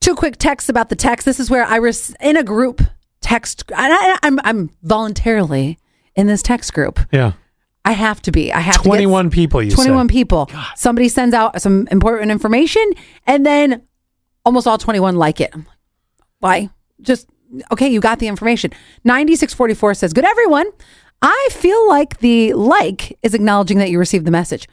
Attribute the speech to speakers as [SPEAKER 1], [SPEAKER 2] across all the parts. [SPEAKER 1] two quick texts about the text. This is where I was in a group text. And I, I'm, I'm voluntarily in this text group.
[SPEAKER 2] Yeah.
[SPEAKER 1] I have to be. I have to get-
[SPEAKER 2] 21 people, you
[SPEAKER 1] 21
[SPEAKER 2] said.
[SPEAKER 1] people. Somebody sends out some important information and then almost all 21 like it. I'm like, why? Just, okay, you got the information. 9644 says, Good everyone. I feel like the like is acknowledging that you received the message.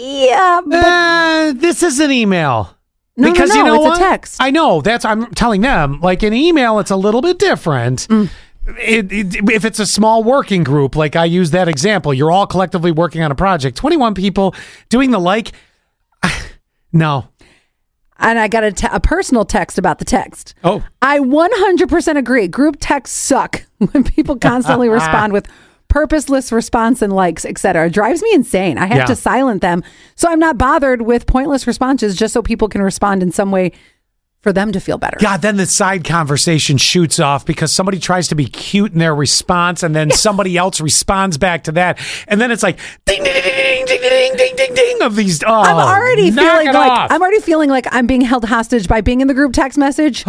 [SPEAKER 1] Yeah, but
[SPEAKER 2] Uh, this is an email.
[SPEAKER 1] No, no,
[SPEAKER 2] because
[SPEAKER 1] no,
[SPEAKER 2] you know
[SPEAKER 1] it's a
[SPEAKER 2] what?
[SPEAKER 1] text.
[SPEAKER 2] I know. That's I'm telling them. Like an email, it's a little bit different.
[SPEAKER 1] Mm.
[SPEAKER 2] It, it, if it's a small working group, like I use that example, you're all collectively working on a project. 21 people doing the like. No.
[SPEAKER 1] and I got a, te- a personal text about the text.
[SPEAKER 2] Oh.
[SPEAKER 1] I 100% agree. Group texts suck when people constantly respond with purposeless response and likes, etc. It drives me insane. I have
[SPEAKER 2] Yeah.
[SPEAKER 1] to silent them so I'm not bothered with pointless responses just so people can respond in some way for them to feel better.
[SPEAKER 2] God, then the side conversation shoots off because somebody tries to be cute in their response, and then somebody else responds back to that, and then it's like ding ding ding ding ding ding ding ding ding of these. Oh,
[SPEAKER 1] I'm already
[SPEAKER 2] knock
[SPEAKER 1] feeling
[SPEAKER 2] it
[SPEAKER 1] like
[SPEAKER 2] off.
[SPEAKER 1] I'm already feeling like I'm being held hostage by being in the group text message.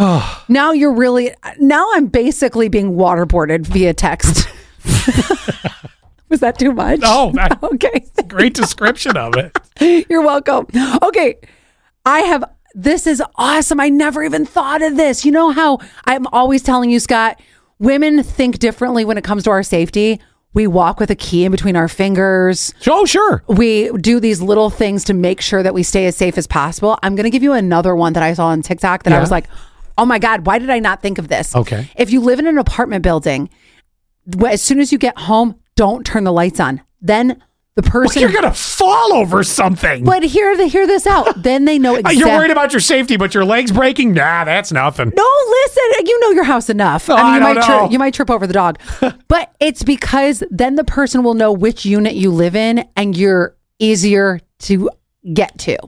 [SPEAKER 1] now you're really now I'm basically being waterboarded via text. Was that too much?
[SPEAKER 2] No, I-
[SPEAKER 1] okay.
[SPEAKER 2] Oh, great description of it.
[SPEAKER 1] You're welcome. Okay. I have this is awesome. I never even thought of this. You know how I'm always telling you, Scott, women think differently when it comes to our safety. We walk with a key in between our fingers.
[SPEAKER 2] Oh, sure.
[SPEAKER 1] We do these little things to make sure that we stay as safe as possible. I'm going to give you another one that I saw on TikTok that I
[SPEAKER 2] Yeah.
[SPEAKER 1] was like, oh my God, why did I not think of this?
[SPEAKER 2] Okay.
[SPEAKER 1] If you live in an apartment building, wh- as soon as you get home, don't turn the lights on. Then the person
[SPEAKER 2] You're gonna fall over something.
[SPEAKER 1] but hear the hear this out. then they know
[SPEAKER 2] Uh,
[SPEAKER 1] exactly.
[SPEAKER 2] You're worried about your safety, but your legs breaking? Nah, that's nothing.
[SPEAKER 1] No, listen. You know your house enough.
[SPEAKER 2] I
[SPEAKER 1] you
[SPEAKER 2] don't
[SPEAKER 1] might
[SPEAKER 2] know.
[SPEAKER 1] Tri- you might trip over the dog, but it's because then the person will know which unit you live in, and you're easier to get to.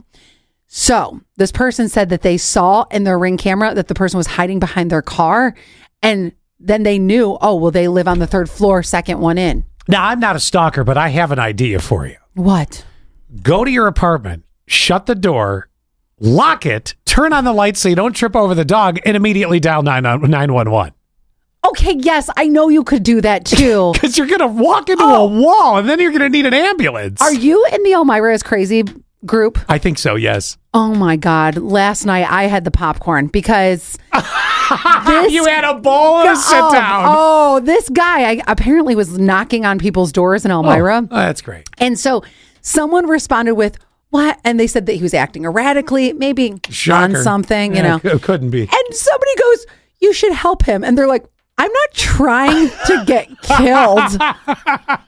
[SPEAKER 1] So this person said that they saw in their ring camera that the person was hiding behind their car, and then they knew. Oh, well, they live on the third floor, second one in.
[SPEAKER 2] Now I'm not a stalker, but I have an idea for you.
[SPEAKER 1] What?
[SPEAKER 2] Go to your apartment, shut the door, lock it, turn on the lights so you don't trip over the dog, and immediately dial 9 911.
[SPEAKER 1] Okay, yes, I know you could do that too.
[SPEAKER 2] Because you're going to walk into a wall and then you're going to need an ambulance.
[SPEAKER 1] Oh. Are you in the Elmira is crazy group?
[SPEAKER 2] I think so, yes.
[SPEAKER 1] Oh my God. Last night I had the popcorn because this
[SPEAKER 2] you had a bowl and a sit
[SPEAKER 1] oh,
[SPEAKER 2] down.
[SPEAKER 1] Oh, this guy I, apparently was knocking on people's doors in Elmira.
[SPEAKER 2] Oh, that's great.
[SPEAKER 1] And so someone responded with, What? And they said that he was acting erratically, maybe
[SPEAKER 2] Shocker.
[SPEAKER 1] on something,
[SPEAKER 2] Yeah,
[SPEAKER 1] you know.
[SPEAKER 2] it cou- couldn't be.
[SPEAKER 1] And somebody goes, You should help him. And they're like, I'm not trying to get killed.